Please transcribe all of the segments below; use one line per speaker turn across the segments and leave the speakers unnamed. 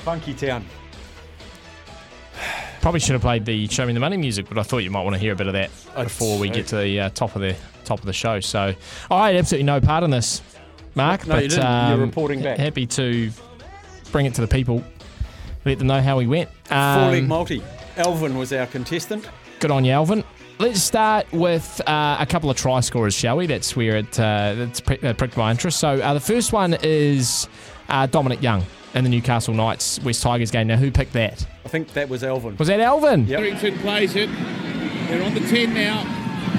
Funky town.
Probably should have played the Show Me the Money music, but I thought you might want to hear a bit of that
I'd
before we
say.
get to the uh, top of the top of the show. So I had absolutely no part in this, Mark.
No,
but
you didn't. You're
um,
reporting back.
Happy to bring it to the people, let them know how we went.
Four leg
Um,
multi. Elvin was our contestant.
Good on you, Alvin. Let's start with uh, a couple of try scorers, shall we? That's where it uh, that's pri- uh, pricked my interest. So uh, the first one is uh, Dominic Young in the Newcastle Knights West Tigers game. Now, who picked that?
I think that was Elvin.
Was that Alvin?
Yep.
Errington plays it. They're on the 10 now.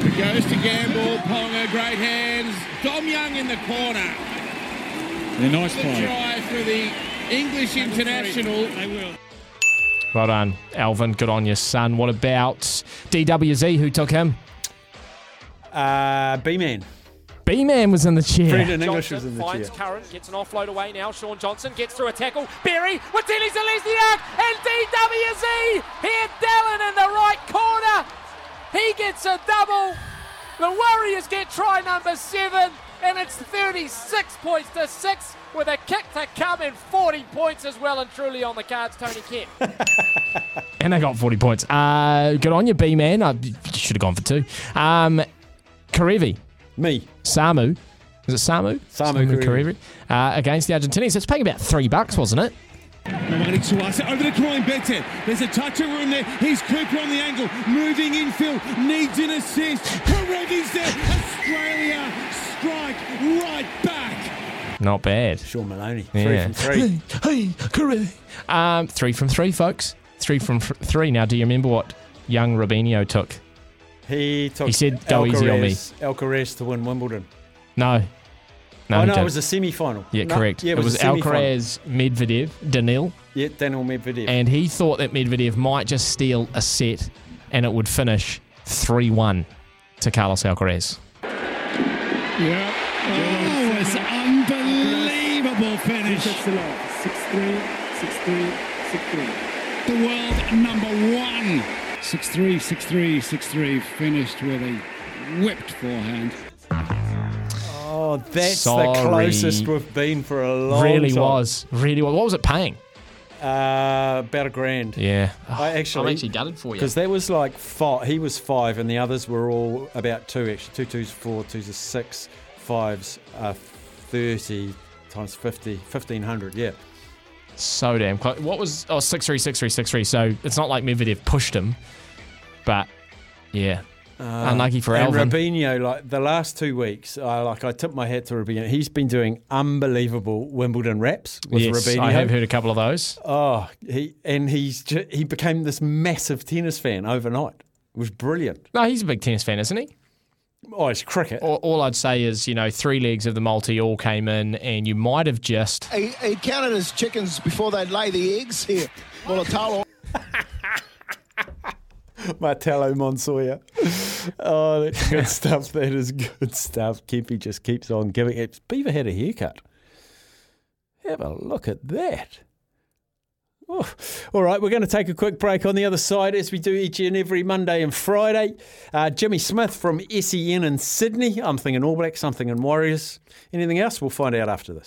It goes to Gamble. Ponga, great hands. Dom Young in the corner.
They're nice
The
play.
try for the English international. They will.
Well done, Alvin. Good on you, son. What about DWZ? Who took him?
Uh, B man.
B Man was in the chair.
Brendan English was in the chair.
finds current, gets an offload away now. Sean Johnson gets through a tackle. Berry, Watili Zelezniak, and DWZ. Here, Dallin in the right corner. He gets a double. The Warriors get try number seven, and it's 36 points to six with a kick to come and 40 points as well and truly on the cards, Tony Kemp.
And they got 40 points. Uh, good on you, B Man. I should have gone for two. Um, Karevi,
Me.
Samu. Is it Samu?
Samu Karevi.
Karevi, Uh, against the Argentinians. It's paying about three bucks, wasn't it?
Nomadic Tuasa over to Klein Beckton. There's a touch of room there. Here's Cooper on the angle. Moving infield. Needs an assist. Karevi's there. Australia strike right back.
Not bad.
Sean Maloney. Three
Yeah.
from three.
Hey, hey, Karevi. Um, three from three, folks. Three from fr- three. Now, do you remember what young Rubinho took?
He took
He said, "Go easy on me."
Alcaraz- Alcaraz to win Wimbledon.
No. No,
oh, no,
he didn't.
it was a semi final.
Yeah, correct.
Yeah,
it was,
a semi-final.
Alcaraz, Medvedev, Danil,
Yeah, Daniel Medvedev.
and he thought that Medvedev might just steal a set and it would finish 3 1 to Carlos Alcaraz.
Yeah. Oh, it's unbelievable finish. The world number one. 6-3, 6-3, 6-3. Finished with a whipped forehand.
oh, that's
Sorry.
the closest we've been for a long
really
time.
was. Really was. What was it paying?
Uh, about a grand.
Yeah.
I actually-
I'm actually gutted for you.
Because that was like five, he was five, and the others were all about two actually. Two twos, four twos, are six, fives, uh, 30 times 50, 1500. Yeah.
So damn close. What was. Oh, 6 3, 6 3, 6 3. So it's not like Medvedev pushed him, but yeah. Unlucky for
and
Alvin.
Robinho, like the last two weeks, I like I tip my hat to Robinho. He's been doing unbelievable Wimbledon raps with
yes,
Robinho.
I have heard a couple of those.
Oh, he and he's ju- he became this massive tennis fan overnight. It was brilliant.
No, he's a big tennis fan, isn't he?
Oh, it's cricket.
all, all I'd say is, you know, three legs of the multi all came in, and you might have just.
He, he counted his chickens before they lay the eggs here. Well, a towel
Martello Monsoya. Oh, that's good stuff. That is good stuff. Kempy just keeps on giving it. Beaver had a haircut. Have a look at that. Oh, all right, we're going to take a quick break on the other side as we do each and every Monday and Friday. Uh, Jimmy Smith E from SEN in Sydney. I'm thinking All Blacks, I'm thinking Warriors. Anything else? We'll find out after this.